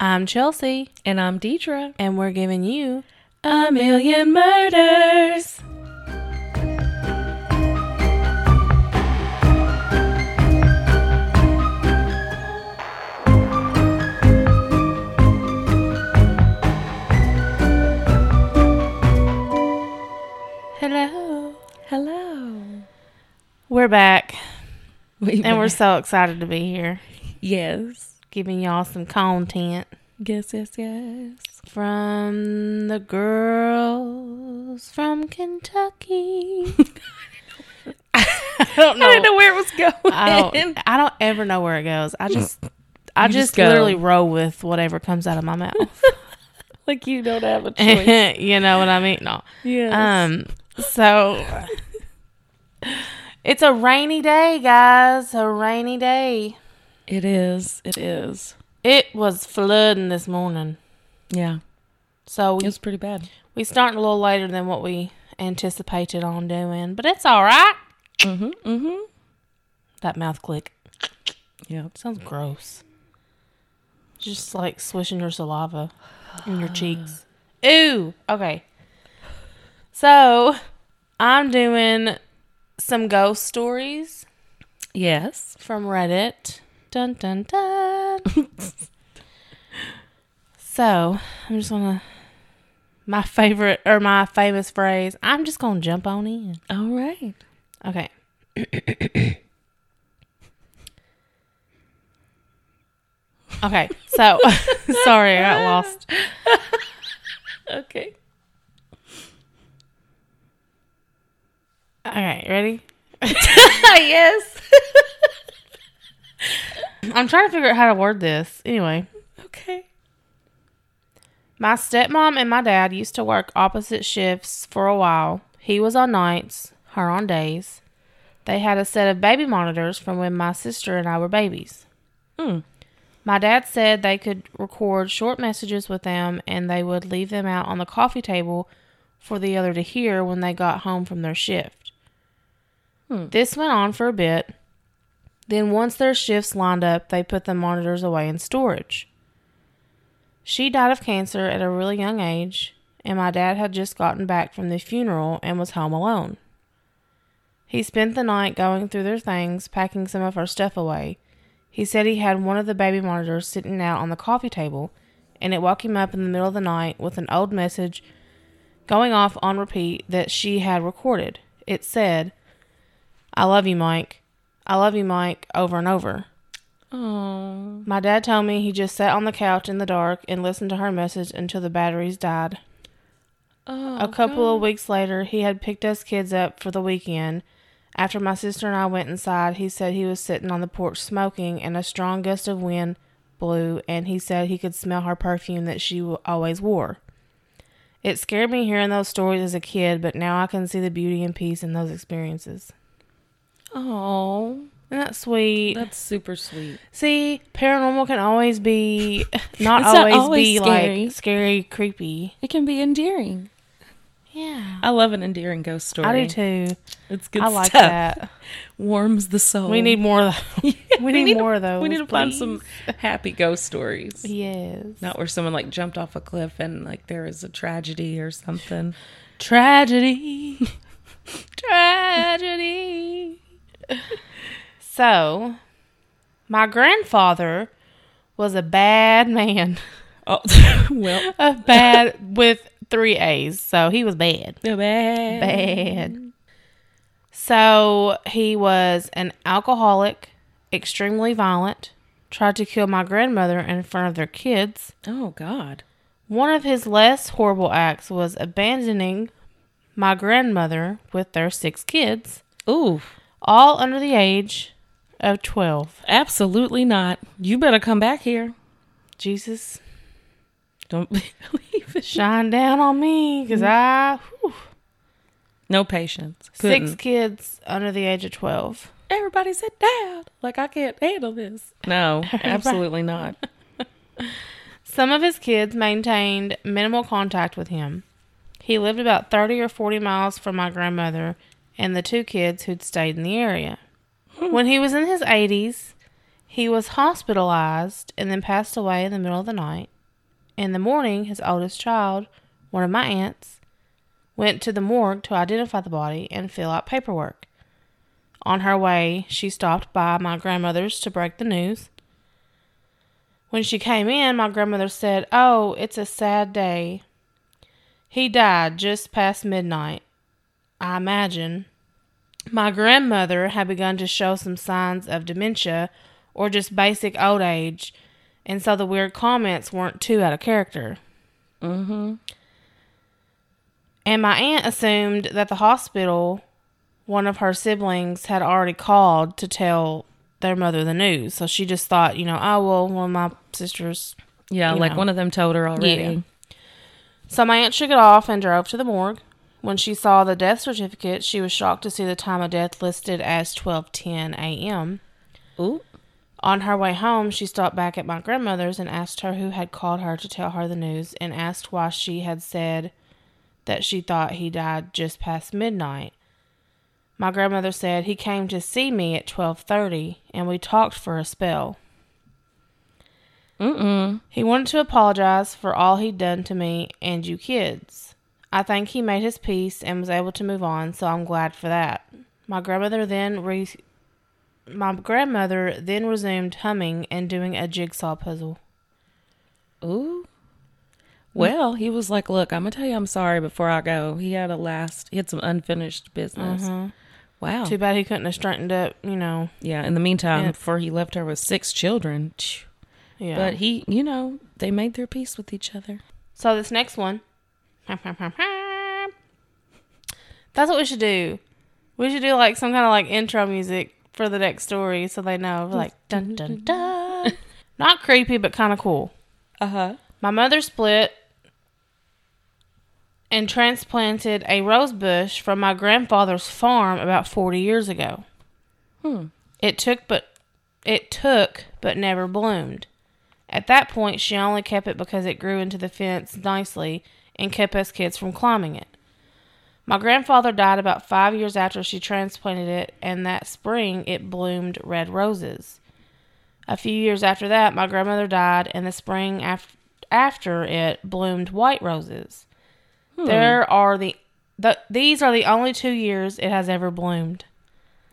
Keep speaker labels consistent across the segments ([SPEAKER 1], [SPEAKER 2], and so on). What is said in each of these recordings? [SPEAKER 1] I'm Chelsea,
[SPEAKER 2] And I'm Deidre.
[SPEAKER 1] and we're giving you
[SPEAKER 2] A million murders.
[SPEAKER 1] hello.
[SPEAKER 2] Hello.
[SPEAKER 1] We're back,
[SPEAKER 2] We
[SPEAKER 1] and we're
[SPEAKER 2] back.
[SPEAKER 1] so excited to be here,
[SPEAKER 2] yes.
[SPEAKER 1] giving y'all some content
[SPEAKER 2] Yes, yes, yes.
[SPEAKER 1] from the girls from Kentucky. I don't know. Oh,
[SPEAKER 2] I didn't know where it was going.
[SPEAKER 1] I don't, I don't ever know where it goes. I just, I
[SPEAKER 2] You
[SPEAKER 1] just,
[SPEAKER 2] just go.
[SPEAKER 1] literally roll with whatever comes out of my mouth.
[SPEAKER 2] like you don't have a choice.
[SPEAKER 1] you know what I mean? No.
[SPEAKER 2] yes.
[SPEAKER 1] Um. So it's a rainy day, guys. A rainy day.
[SPEAKER 2] it is. It is.
[SPEAKER 1] It was flooding this morning,
[SPEAKER 2] Yeah.
[SPEAKER 1] so
[SPEAKER 2] It
[SPEAKER 1] we
[SPEAKER 2] was pretty bad.
[SPEAKER 1] we starting a little later than what we anticipated on doing, but it's all right.
[SPEAKER 2] Mm-hmm. Mm-hmm.
[SPEAKER 1] That mouth click
[SPEAKER 2] Yeah.
[SPEAKER 1] sounds gross. Just like swishing your saliva in your cheeks. Ooh. Okay. So I'm doing some ghost stories.
[SPEAKER 2] Yes.
[SPEAKER 1] from Reddit. Dun dun dun. so I'm just gonna my favorite or my famous phrase. I'm just gonna jump on in.
[SPEAKER 2] All right.
[SPEAKER 1] Okay. okay. So sorry, I got lost.
[SPEAKER 2] Okay.
[SPEAKER 1] Okay, ready?
[SPEAKER 2] yes.
[SPEAKER 1] I'm trying to figure out how to word this. Anyway.
[SPEAKER 2] Okay.
[SPEAKER 1] My stepmom and my dad used to work opposite shifts for a while. He was on nights, her on days. They had a set of baby monitors from when my sister and I were babies.
[SPEAKER 2] Hmm.
[SPEAKER 1] My dad said they could record short messages with them and they would leave them out on the coffee table for the other to hear when they got home from their shift.
[SPEAKER 2] Hmm.
[SPEAKER 1] This went on for a bit. Then, once their shifts lined up, they put the monitors away in storage. She died of cancer at a really young age, and my dad had just gotten back from the funeral and was home alone. He spent the night going through their things, packing some of her stuff away. He said he had one of the baby monitors sitting out on the coffee table, and it woke him up in the middle of the night with an old message going off on repeat that she had recorded. It said, I love you, Mike. I love you, Mike, over and over.
[SPEAKER 2] Oh.
[SPEAKER 1] My dad told me he just sat on the couch in the dark and listened to her message until the batteries died.
[SPEAKER 2] Oh.
[SPEAKER 1] A couple of weeks later, he had picked us kids up for the weekend. After my sister and I went inside, he said he was sitting on the porch smoking, and a strong gust of wind blew, and he said he could smell her perfume that she w- always wore. It scared me hearing those stories as a kid, but now I can see the beauty and peace in those experiences.
[SPEAKER 2] Oh.
[SPEAKER 1] Isn't that sweet?
[SPEAKER 2] That's super sweet.
[SPEAKER 1] See, paranormal can always be not
[SPEAKER 2] It's not
[SPEAKER 1] always,
[SPEAKER 2] always
[SPEAKER 1] be
[SPEAKER 2] scary.
[SPEAKER 1] like scary, creepy.
[SPEAKER 2] It can be endearing.
[SPEAKER 1] Yeah.
[SPEAKER 2] I love an endearing ghost story.
[SPEAKER 1] I do too.
[SPEAKER 2] It's good
[SPEAKER 1] I like
[SPEAKER 2] stuff.
[SPEAKER 1] that.
[SPEAKER 2] Warms the soul.
[SPEAKER 1] We need more of those. we need more of those.
[SPEAKER 2] We need to find some
[SPEAKER 1] please.
[SPEAKER 2] happy ghost stories.
[SPEAKER 1] Yes.
[SPEAKER 2] Not where someone like jumped off a cliff and like there is a tragedy or something.
[SPEAKER 1] Tragedy. Tragedy. so, my grandfather was a bad man.
[SPEAKER 2] Oh, well,
[SPEAKER 1] A bad with three A's. So he was bad.
[SPEAKER 2] bad.
[SPEAKER 1] bad. So he was an alcoholic, extremely violent, tried to kill my grandmother in front of their kids.
[SPEAKER 2] Oh God.
[SPEAKER 1] One of his less horrible acts was abandoning my grandmother with their six kids,
[SPEAKER 2] Ooh,
[SPEAKER 1] all under the age of 12.
[SPEAKER 2] absolutely not. You better come back here.
[SPEAKER 1] Jesus,
[SPEAKER 2] Don't leave. it.
[SPEAKER 1] shine down on me because I. whew,
[SPEAKER 2] No patience. Couldn't.
[SPEAKER 1] six kids under the age of 12.
[SPEAKER 2] Everybody sit down. Like I can't handle this. No, absolutely not.
[SPEAKER 1] Some of his kids maintained minimal contact with him. He lived about 30 or 40 miles from my grandmother and the two kids who'd stayed in the area. When he was in his 80s, He was hospitalized and then passed away in the middle of the night. In the morning, his oldest child, one of my aunts, went to the morgue to identify the body and fill out paperwork. On her way, she stopped by my grandmother's to break the news. When she came in, my grandmother said, Oh, it's a sad day. He died just past midnight. I imagine. My grandmother had begun to show some signs of dementia or just basic old age, and so the weird comments weren't too out of character.
[SPEAKER 2] Mm-hmm.
[SPEAKER 1] And my aunt assumed that the hospital, one of her siblings, had already called to tell their mother the news. So she just thought, you know, oh, well, one of my sisters.
[SPEAKER 2] Yeah,
[SPEAKER 1] You
[SPEAKER 2] like
[SPEAKER 1] know.
[SPEAKER 2] one of them told her already.
[SPEAKER 1] Yeah. So my aunt shook it off and drove to the morgue. When she saw the death certificate, she was shocked to see the time of death listed as 12:10 a.m.
[SPEAKER 2] Ooh.
[SPEAKER 1] On her way home, she stopped back at my grandmother's and asked her who had called her to tell her the news and asked why she had said that she thought he died just past midnight. My grandmother said he came to see me at 12:30 and we talked for a spell.
[SPEAKER 2] Mm-mm.
[SPEAKER 1] He wanted to apologize for all he'd done to me and you kids. I think he made his peace and was able to move on, so I'm glad for that. My grandmother then re- my grandmother then resumed humming and doing a jigsaw puzzle.
[SPEAKER 2] Ooh. Well, he was like, "Look, I'm gonna tell you, I'm sorry." Before I go, he had a last, he had some unfinished business. Mm-hmm. Wow.
[SPEAKER 1] Too bad he couldn't have straightened up, you know.
[SPEAKER 2] Yeah. In the meantime,
[SPEAKER 1] Yeah.
[SPEAKER 2] before he left her with six children, Phew.
[SPEAKER 1] Yeah.
[SPEAKER 2] but he, you know, they made their peace with each other.
[SPEAKER 1] so this next one. That's what we should do. We should do like some kind of like intro music for the next story so they know like dun dun dun. Not creepy but kind of cool.
[SPEAKER 2] Uh huh.
[SPEAKER 1] My mother split and transplanted a rose bush from my grandfather's farm about 40 years ago.
[SPEAKER 2] Hmm.
[SPEAKER 1] It took but it took but never bloomed. At that point she only kept it because it grew into the fence nicely and kept us kids from climbing it. My grandfather died about 5 years after she transplanted it and that spring it bloomed red roses. A few years after that, my grandmother died, and the spring af- after it bloomed white roses.
[SPEAKER 2] Hmm.
[SPEAKER 1] There are the, the these are the only two years it has ever bloomed.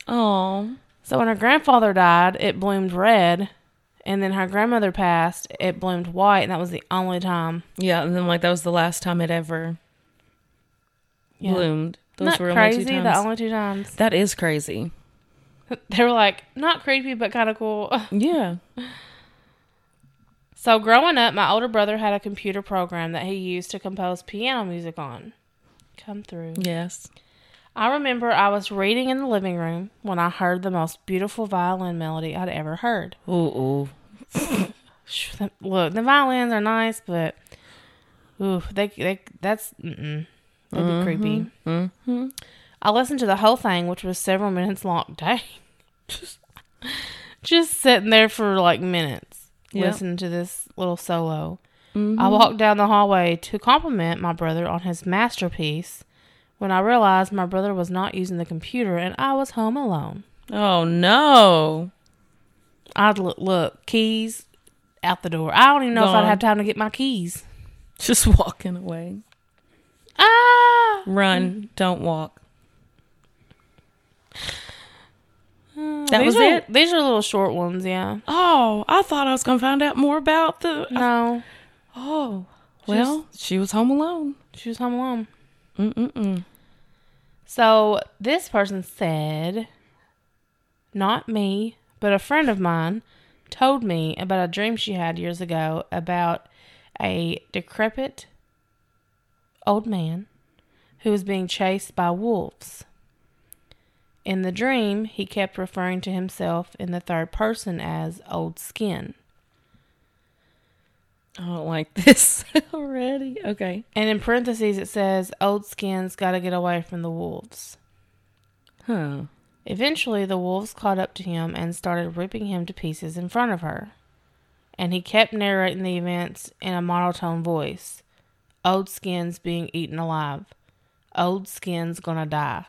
[SPEAKER 2] Oh.
[SPEAKER 1] So when her grandfather died, it bloomed red, and then her grandmother passed, it bloomed white, and that was the only time.
[SPEAKER 2] Yeah, and then like that was the last time it ever
[SPEAKER 1] Yeah.
[SPEAKER 2] bloomed. Those
[SPEAKER 1] Not
[SPEAKER 2] were
[SPEAKER 1] crazy.
[SPEAKER 2] only two
[SPEAKER 1] The
[SPEAKER 2] times.
[SPEAKER 1] only two times
[SPEAKER 2] that is crazy.
[SPEAKER 1] they were like not creepy, but kind of cool.
[SPEAKER 2] Yeah.
[SPEAKER 1] So growing up, my older brother had a computer program that he used to compose piano music on. Come through.
[SPEAKER 2] Yes.
[SPEAKER 1] I remember I was reading in the living room when I heard the most beautiful violin melody I'd ever heard.
[SPEAKER 2] Ooh. ooh.
[SPEAKER 1] Sh- the- Look, the violins are nice, but ooh, they they that's mm-mm. that'd be creepy. Mm-hmm. I listened to the whole thing, which was several minutes long. Dang, just sitting there for like minutes
[SPEAKER 2] Yep.
[SPEAKER 1] listening to this little solo. I walked down the hallway to compliment my brother on his masterpiece when I realized my brother was not using the computer and I was home alone.
[SPEAKER 2] Oh no.
[SPEAKER 1] I'd look, look keys out the door. I don't even know if
[SPEAKER 2] Gone.
[SPEAKER 1] I'd have time to get my keys.
[SPEAKER 2] Just walking away.
[SPEAKER 1] Ah!
[SPEAKER 2] Mm-hmm. Run. Don't walk.
[SPEAKER 1] these
[SPEAKER 2] That was
[SPEAKER 1] are,
[SPEAKER 2] it.
[SPEAKER 1] These are little short ones, yeah.
[SPEAKER 2] Oh, I thought I was gonna find out more about the.
[SPEAKER 1] No,
[SPEAKER 2] Oh. Well, she was home alone.
[SPEAKER 1] she was home alone.
[SPEAKER 2] Mm mm mm.
[SPEAKER 1] So this person said, not me, but a friend of mine told me about a dream she had years ago about a decrepit old man who was being chased by wolves. In the dream, he kept referring to himself in the third person as old skin.
[SPEAKER 2] I don't like this already. Okay.
[SPEAKER 1] And in parentheses, it says, Old skin's got to get away from the wolves.
[SPEAKER 2] Huh.
[SPEAKER 1] Eventually, the wolves caught up to him and started ripping him to pieces in front of her. And he kept narrating the events in a monotone voice Old skin's being eaten alive. Old skin's gonna die.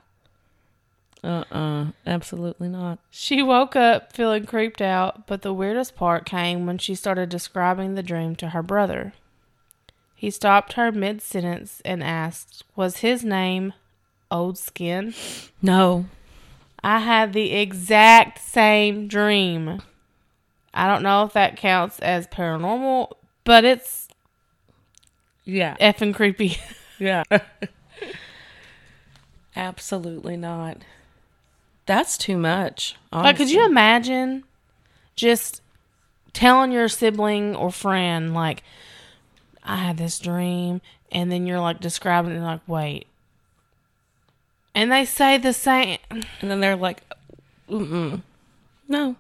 [SPEAKER 2] Uh uh Absolutely not.
[SPEAKER 1] She woke up feeling creeped out, but the weirdest part came when she started describing the dream to her brother. He stopped her mid sentence and asked, Was his name Old Skin?
[SPEAKER 2] No.
[SPEAKER 1] I had the exact same dream. I don't know if that counts as paranormal, but it's
[SPEAKER 2] Yeah.
[SPEAKER 1] effing creepy.
[SPEAKER 2] Yeah. Absolutely not. That's too much.
[SPEAKER 1] Like, could
[SPEAKER 2] honestly.
[SPEAKER 1] you imagine just telling your sibling or friend, like, I had this dream, and then you're like describing it, and like, wait. And they say the same,
[SPEAKER 2] And then they're like, Mm-mm. no.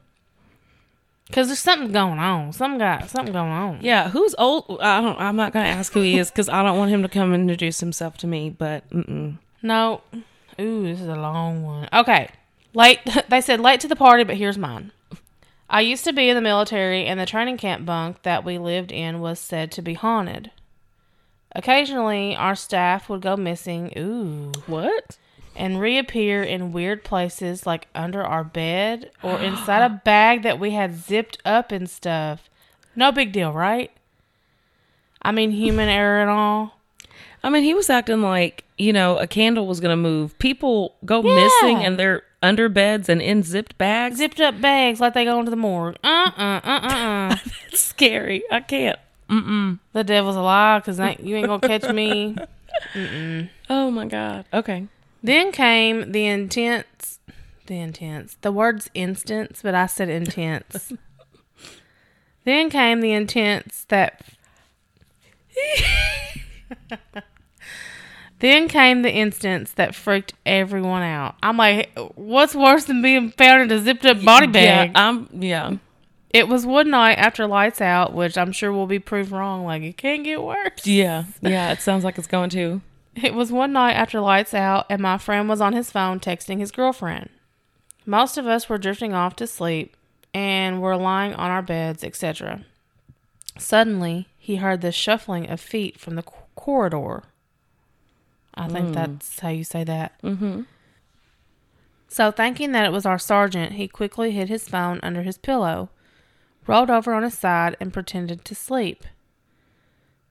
[SPEAKER 1] because there's something going on. Some got something going on.
[SPEAKER 2] Yeah, who's old? I don't. I'm not gonna ask who he is because I don't want him to come and introduce himself to me. But mm-mm.
[SPEAKER 1] No. Ooh, this is a long one. Okay. Late they said late to the party, but here's mine. I used to be in the military and the training camp bunk that we lived in was said to be haunted. Occasionally our staff would go missing, ooh,
[SPEAKER 2] what?
[SPEAKER 1] and reappear in weird places like under our bed or inside a bag that we had zipped up and stuff. No big deal, right? I mean human error and all.
[SPEAKER 2] I mean, he was acting like you know a candle was gonna move. People go missing and they're under beds and in zipped bags.
[SPEAKER 1] Zipped up bags like they go into the morgue. Uh uh uh uh uh.
[SPEAKER 2] It's scary. I can't.
[SPEAKER 1] The devil's a lie, cause I, you ain't gonna catch me.
[SPEAKER 2] Oh my god. Okay.
[SPEAKER 1] then came the intense, the intense. The word's instance, but I said intense. then came the intense that. then came the instance that freaked everyone out. I'm like, what's worse than being found in a zipped up body bag?
[SPEAKER 2] Yeah. I'm. Yeah.
[SPEAKER 1] It was one night after lights out, which I'm sure will be proved wrong. Like it can't get worse.
[SPEAKER 2] Yeah. Yeah. It sounds like it's going to.
[SPEAKER 1] It was one night after lights out, and my friend was on his phone texting his girlfriend. Most of us were drifting off to sleep and were lying on our beds, etc. Suddenly, he heard the shuffling of feet from the c- corridor. I think that's how you say that. Mm-hmm. So, thinking that it was our sergeant, he quickly hid his phone under his pillow, rolled over on his side, and pretended to sleep.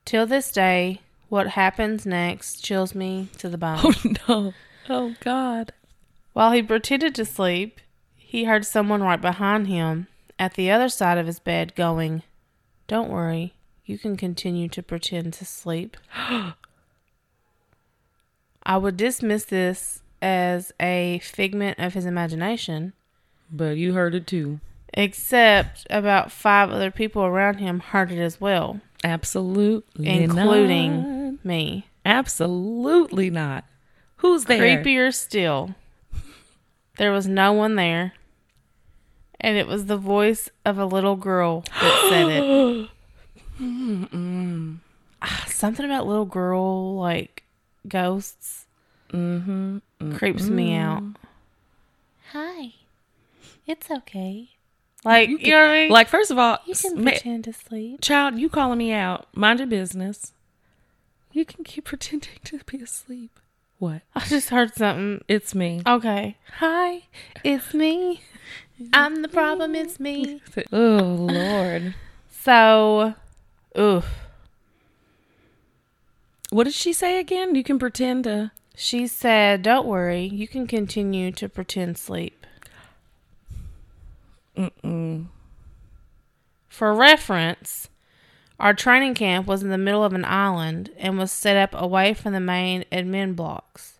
[SPEAKER 1] Till this day, what happens next chills me to the bone.
[SPEAKER 2] Oh no. Oh god.
[SPEAKER 1] While he pretended to sleep, he heard someone right behind him at the other side of his bed going, Don't worry, you can continue to pretend to sleep. I would dismiss this as a figment of his imagination,
[SPEAKER 2] But you heard it too.
[SPEAKER 1] except about five other people around him heard it as well,
[SPEAKER 2] Absolutely. not.
[SPEAKER 1] including me.
[SPEAKER 2] Absolutely not. Who's there?
[SPEAKER 1] Creepier still. There was no one there. And it was the voice of a little girl that said it. Ah, Something about little girl, like ghosts, mm-hmm, creeps me out.
[SPEAKER 3] Hi. It's okay.
[SPEAKER 1] Like, you, know what I mean?
[SPEAKER 2] Like, first of all,
[SPEAKER 3] You can
[SPEAKER 2] ma-
[SPEAKER 3] pretend to sleep.
[SPEAKER 2] child, you calling me out. Mind your business. You can keep pretending to be asleep. What?
[SPEAKER 1] I just heard something.
[SPEAKER 2] It's me.
[SPEAKER 1] Okay. Hi, it's me.
[SPEAKER 3] I'm the problem, it's me.
[SPEAKER 2] Oh, Lord.
[SPEAKER 1] So, oof.
[SPEAKER 2] What did she say again? You can pretend to.
[SPEAKER 1] She said, Don't worry, you can continue to pretend sleep.
[SPEAKER 2] Mm-mm.
[SPEAKER 1] For reference, our training camp was in the middle of an island and was set up away from the main admin blocks.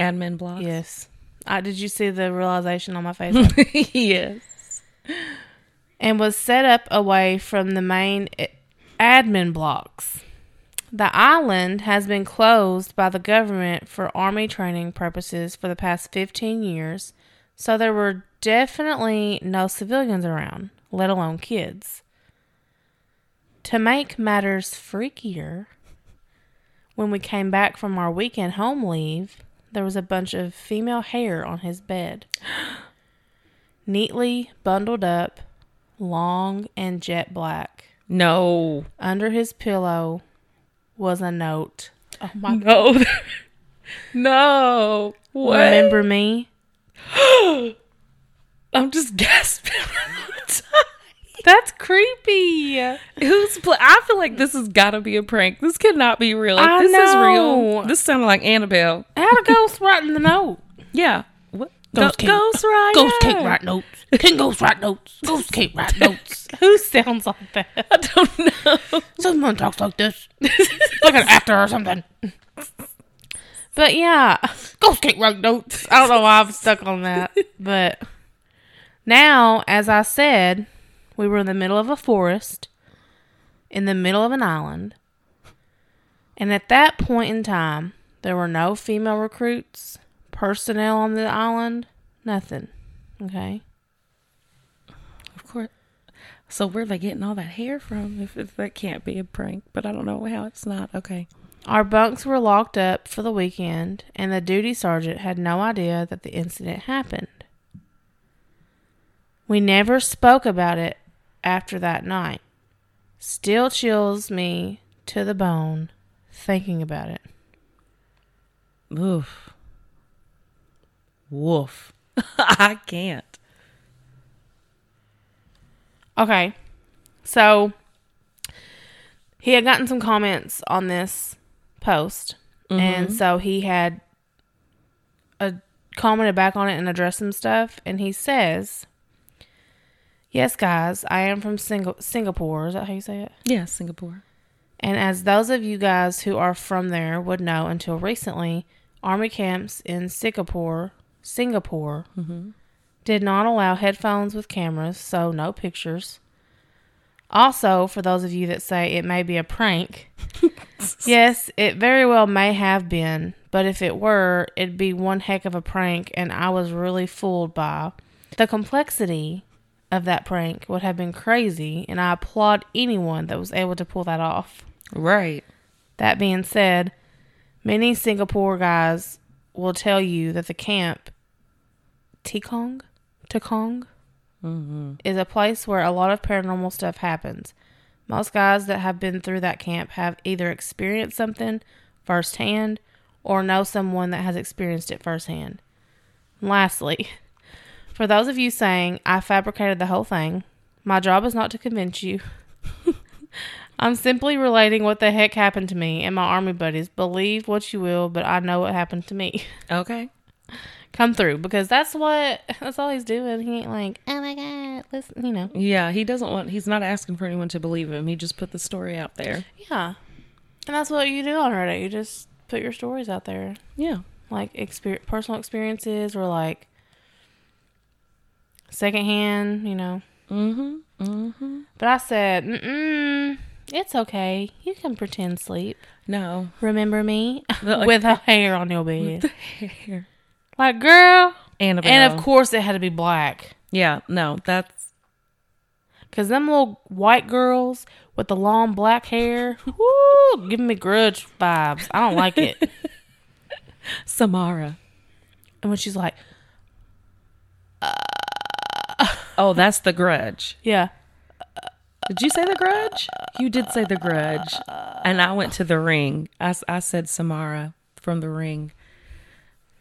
[SPEAKER 2] Admin block.
[SPEAKER 1] Yes. I, did you see the realization on my face?
[SPEAKER 2] yes.
[SPEAKER 1] and was set up away from the main a- admin blocks. The island has been closed by the government for army training purposes for the past 15 years, so there were definitely no civilians around, let alone kids. To make matters freakier, when we came back from our weekend home leave, there was a bunch of female hair on his bed. Neatly bundled up, long and jet black.
[SPEAKER 2] No.
[SPEAKER 1] Under his pillow was a note. Oh my
[SPEAKER 2] No. no. What?
[SPEAKER 1] Remember me?
[SPEAKER 2] I'm just gasping.
[SPEAKER 1] That's creepy.
[SPEAKER 2] Who's? Pl- I feel like this has got to be a prank. This cannot be real. If
[SPEAKER 1] I
[SPEAKER 2] this is
[SPEAKER 1] know.
[SPEAKER 2] real. This sounded like Annabelle.
[SPEAKER 1] How to ghost writing the note?
[SPEAKER 2] Yeah. What?
[SPEAKER 1] Ghost
[SPEAKER 2] Go-
[SPEAKER 1] King.
[SPEAKER 2] Ghost Rider.
[SPEAKER 1] Ghost can't write notes. King ghost write notes. Ghost can't write notes. Who sounds like that?
[SPEAKER 2] I don't know.
[SPEAKER 1] Someone talks like this. like an actor or something. But yeah, ghost can't write notes. I don't know why I'm stuck on that. But now, as I said, we were in the middle of a forest, in the middle of an island. And at that point in time, there were no female recruits, personnel on the island, nothing. Okay.
[SPEAKER 2] Of course. So where are they getting all that hair from? If, if that can't be a prank, but I don't know how it's not. Okay.
[SPEAKER 1] Our bunks were locked up for the weekend, and the duty sergeant had no idea that the incident happened. We never spoke about it after that night. Still chills me to the bone thinking about it.
[SPEAKER 2] Oof. Woof. I can't.
[SPEAKER 1] Okay. So he had gotten some comments on this post, and so he had a commented back on it and addressed some stuff, and he says, "Yes, guys, I am from Singa- Singapore. Is that how you say it?
[SPEAKER 2] Yeah, Singapore.
[SPEAKER 1] And as those of you guys who are from there would know, until recently, army camps in Singapore, Singapore, did not allow headphones with cameras, so no pictures. Also, for those of you that say it may be a prank, yes, it very well may have been, but if it were, it'd be one heck of a prank, and I was really fooled by the complexity of that prank would have been crazy, and I applaud anyone that was able to pull that off.
[SPEAKER 2] Right.
[SPEAKER 1] That being said, many Singapore guys will tell you that the camp Tikong, Tikong, is a place where a lot of paranormal stuff happens. Most guys that have been through that camp have either experienced something firsthand or know someone that has experienced it firsthand. Lastly, for those of you saying I fabricated the whole thing, my job is not to convince you. I'm simply relating what the heck happened to me and my army buddies. Believe what you will, but I know what happened to me.
[SPEAKER 2] Okay.
[SPEAKER 1] Come through because that's what that's all he's doing. He ain't like, oh my god, listen, you know.
[SPEAKER 2] Yeah, he doesn't want. He's not asking for anyone to believe him. He just put the story out there.
[SPEAKER 1] Yeah, and that's what you do on Reddit. You just put your stories out there,
[SPEAKER 2] Yeah.
[SPEAKER 1] like exper- personal experiences or like secondhand, you know.
[SPEAKER 2] Mm-hmm. Mm-hmm.
[SPEAKER 1] But I said, Mm-mm, it's okay. You can pretend sleep.
[SPEAKER 2] No.
[SPEAKER 1] Remember me
[SPEAKER 2] Like-
[SPEAKER 1] with a hair on your bed,
[SPEAKER 2] Hair.
[SPEAKER 1] like girl.
[SPEAKER 2] Annabelle.
[SPEAKER 1] And of course, it had to be black.
[SPEAKER 2] Yeah. No. That's.
[SPEAKER 1] Cause them little white girls with the long black hair, woo, giving me grudge vibes. I don't like it.
[SPEAKER 2] Samara.
[SPEAKER 1] and when she's like,
[SPEAKER 2] Oh, that's the grudge.
[SPEAKER 1] "Yeah,
[SPEAKER 2] Did you say the grudge? You did say the grudge. And I went to the ring. I, s- I said Samara from the ring.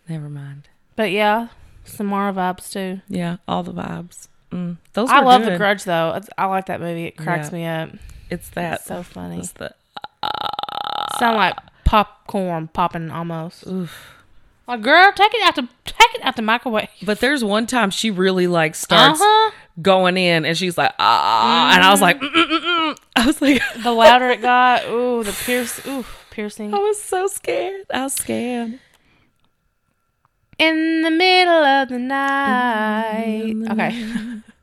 [SPEAKER 2] Never mind.
[SPEAKER 1] but yeah, Samara vibes too."
[SPEAKER 2] Yeah, all the vibes. Mm, those
[SPEAKER 1] I
[SPEAKER 2] were
[SPEAKER 1] love
[SPEAKER 2] good.
[SPEAKER 1] the Grudge though. It's, I like that movie. It cracks
[SPEAKER 2] Yeah.
[SPEAKER 1] me up.
[SPEAKER 2] It's that.
[SPEAKER 1] It's so funny.
[SPEAKER 2] it's the
[SPEAKER 1] Sound like popcorn popping almost.
[SPEAKER 2] oof.
[SPEAKER 1] Like, girl, take it out the take it out the microwave.
[SPEAKER 2] But there's one time she really like
[SPEAKER 1] Uh
[SPEAKER 2] starts
[SPEAKER 1] huh.
[SPEAKER 2] going in, and she's like ah, and I was like, mm, mm, mm, mm. I was like,
[SPEAKER 1] The louder it got, ooh, the pierce, ooh, piercing.
[SPEAKER 2] I was so scared. I was scared.
[SPEAKER 1] In the middle of the night. Okay.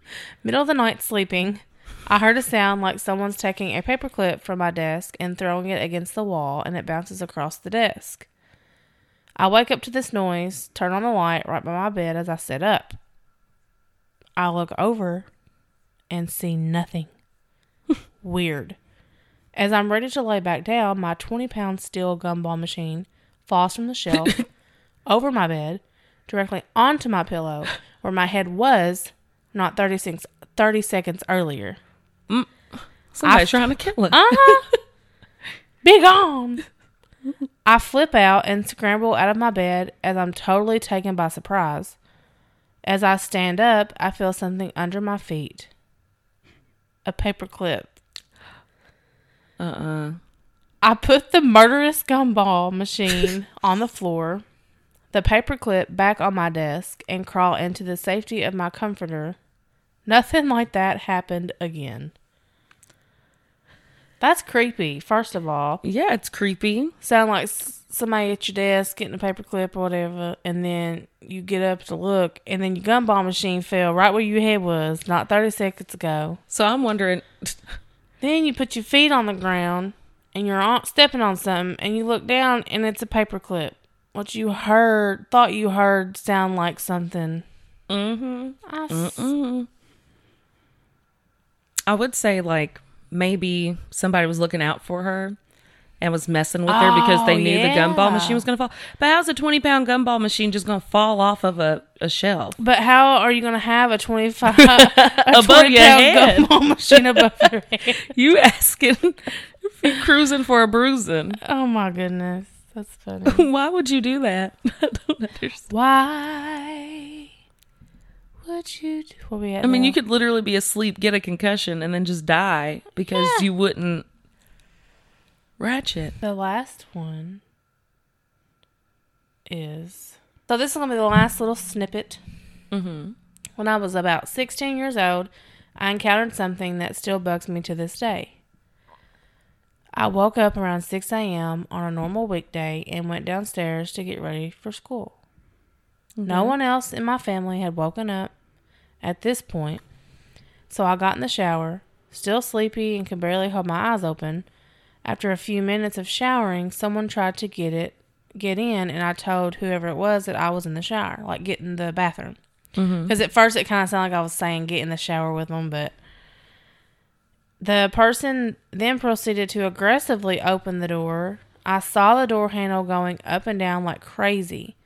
[SPEAKER 1] middle of the night sleeping. I heard a sound like someone's taking a paperclip from my desk and throwing it against the wall, and it bounces across the desk. I wake up to this noise, turn on the light right by my bed as I sit up. I look over and see nothing. Weird. As I'm ready to lay back down, my 20 pound steel gumball machine falls from the shelf over my bed, directly onto my pillow where my head was not 30, seconds- 30 seconds earlier.
[SPEAKER 2] Somebody trying to kill it.
[SPEAKER 1] Uh-huh. Big arm. I flip out and scramble out of my bed as I'm totally taken by surprise. As I stand up, I feel something under my feet. A paper clip.
[SPEAKER 2] Uh uh
[SPEAKER 1] I put the murderous gumball machine on the floor, the paperclip back on my desk, and crawl into the safety of my comforter. Nothing like that happened again. That's creepy, first of all.
[SPEAKER 2] Yeah, it's creepy.
[SPEAKER 1] Sound like s- somebody at your desk getting a paperclip or whatever, and then you get up to look, and then your gumball machine fell right where your head was not 30 seconds ago.
[SPEAKER 2] So I'm wondering.
[SPEAKER 1] Then you put your feet on the ground and you're on, stepping on something and you look down and it's a paperclip. What you heard, thought you heard, sound like something.
[SPEAKER 2] Mm-hmm.
[SPEAKER 1] I s-
[SPEAKER 2] I would say like maybe somebody was looking out for her and was messing with her because they
[SPEAKER 1] Oh,
[SPEAKER 2] knew the
[SPEAKER 1] yeah.
[SPEAKER 2] gumball machine was gonna fall. But how's a twenty pound gumball machine just gonna fall off of a, a shelf?
[SPEAKER 1] But how are you going to have a 25 a
[SPEAKER 2] Above
[SPEAKER 1] 20
[SPEAKER 2] your head.
[SPEAKER 1] pound gumball machine above your head?
[SPEAKER 2] You asking if you cruising for a bruising.
[SPEAKER 1] Oh my goodness. That's funny.
[SPEAKER 2] Why would you do that? I don't understand.
[SPEAKER 1] Why would you do what we at
[SPEAKER 2] I mean,
[SPEAKER 1] now?
[SPEAKER 2] you could literally be asleep, get a concussion, and then just die because you wouldn't ratchet.
[SPEAKER 1] The last one is so this is gonna be the last little snippet.
[SPEAKER 2] Mm-hmm.
[SPEAKER 1] When I was about 16 years old, I encountered something that still bugs me to this day. I woke up around 6 a.m. on a normal weekday and went downstairs to get ready for school. No one else in my family had woken up at this point, so I got in the shower, still sleepy and could barely hold my eyes open. After a few minutes of showering, someone tried to get it get in and I told whoever it was that I was in the shower, like get in the bathroom. Because at first it kind of sounded like I was saying get in the shower with them, but the person then proceeded to aggressively open the door. I saw the door handle going up and down like crazy.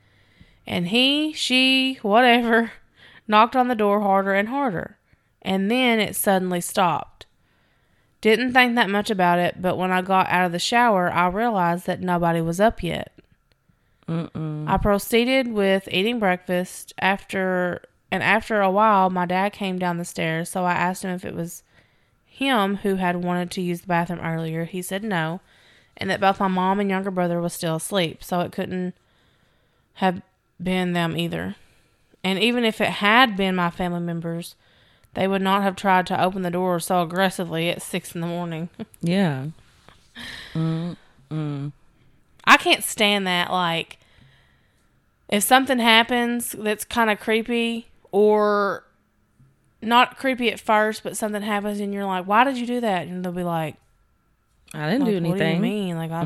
[SPEAKER 1] And he, she, whatever, knocked on the door harder and harder. And then it suddenly stopped. Didn't think that much about it, but when I got out of the shower, I realized that nobody was up yet. I proceeded with eating breakfast after and after a while my dad came down the stairs, so I asked him if it was him who had wanted to use the bathroom earlier. He said no, and that both my mom and younger brother was still asleep, so it couldn't have been them either. And even if it had been my family members, they would not have tried to open the door so aggressively at six in the morning.
[SPEAKER 2] Yeah.
[SPEAKER 1] I can't stand that. Like, if something happens that's kind of creepy or not creepy at first, but something happens and you're like, why did you do that? And they'll be like,
[SPEAKER 2] I didn't do
[SPEAKER 1] like, What do you
[SPEAKER 2] anything.
[SPEAKER 1] mean? Like, I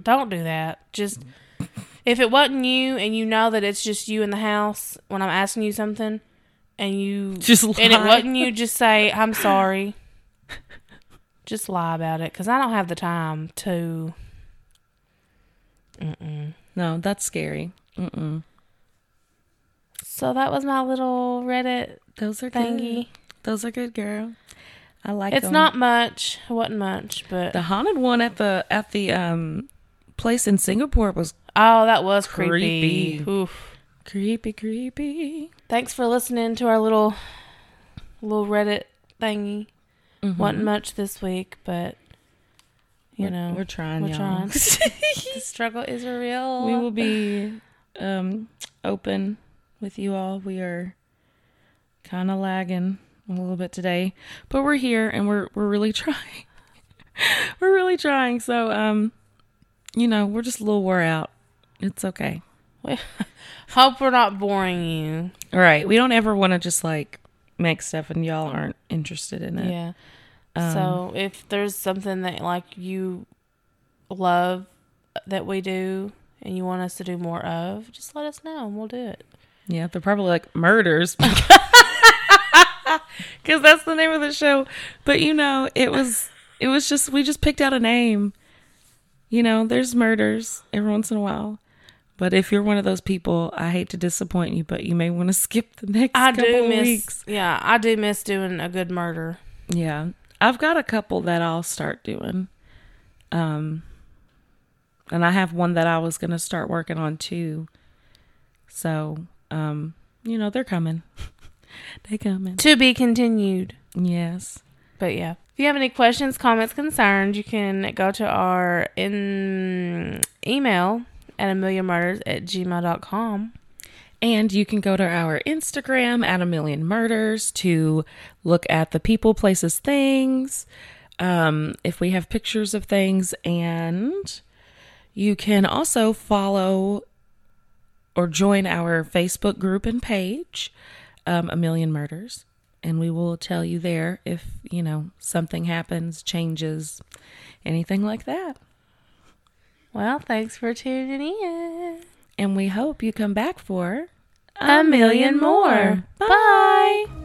[SPEAKER 1] don't do that. Just if it wasn't you and you know that it's just you in the house when I'm asking you something and you
[SPEAKER 2] Just
[SPEAKER 1] and it
[SPEAKER 2] lie.
[SPEAKER 1] wasn't you, just say, I'm sorry. just lie about it because I don't have the time to.
[SPEAKER 2] No, that's scary. Mm-mm.
[SPEAKER 1] So that was my little Reddit
[SPEAKER 2] Those are
[SPEAKER 1] thingy.
[SPEAKER 2] good. Those are good, girl. I like.
[SPEAKER 1] It's
[SPEAKER 2] 'em.
[SPEAKER 1] not much. It wasn't much, but
[SPEAKER 2] the haunted one at the at the um place in Singapore was
[SPEAKER 1] oh, that was creepy.
[SPEAKER 2] Creepy.
[SPEAKER 1] Oof.
[SPEAKER 2] creepy, creepy.
[SPEAKER 1] Thanks for listening to our little little Reddit thingy. wasn't much this week, but you
[SPEAKER 2] We're-
[SPEAKER 1] know
[SPEAKER 2] we're trying.
[SPEAKER 1] Mm-hmm. we're
[SPEAKER 2] y'all.
[SPEAKER 1] trying. the struggle is real.
[SPEAKER 2] we will be um open with you all. We are kind of lagging a little bit today, but we're here and we're we're really trying. we're really trying. So um, you know, we're just a little wore out. It's okay.
[SPEAKER 1] hope we're not boring you.
[SPEAKER 2] All right. We don't ever want to just like make stuff and y'all aren't interested in it.
[SPEAKER 1] Yeah. so if there's something that like you love that we do and you want us to do more of, just let us know and we'll do it.
[SPEAKER 2] Yeah, they're probably like murders. Cuz that's the name of the show. But you know, it was it was just we just picked out a name. You know, there's murders every once in a while. But if you're one of those people, I hate to disappoint you, but you may want to skip the next
[SPEAKER 1] I
[SPEAKER 2] couple
[SPEAKER 1] do
[SPEAKER 2] of
[SPEAKER 1] miss
[SPEAKER 2] weeks.
[SPEAKER 1] yeah, I do miss doing a good murder.
[SPEAKER 2] Yeah. I've got a couple that I'll start doing. Um and I have one that I was going to start working on too. So, um you know, they're coming. they coming.
[SPEAKER 1] To be continued.
[SPEAKER 2] Yes.
[SPEAKER 1] But yeah. If you have any questions, comments, concerns, you can go to our in email at ameliamurders at gmail.com.
[SPEAKER 2] And you can go to our Instagram at a million murders to look at the people, places, things. Um, if we have pictures of things, and you can also follow or join our Facebook group and page, um, a million murders, and we will tell you there if you know something happens, changes, anything like that.
[SPEAKER 1] Well, thanks for tuning in.
[SPEAKER 2] And we hope you come back for
[SPEAKER 1] A million more.
[SPEAKER 2] Bye.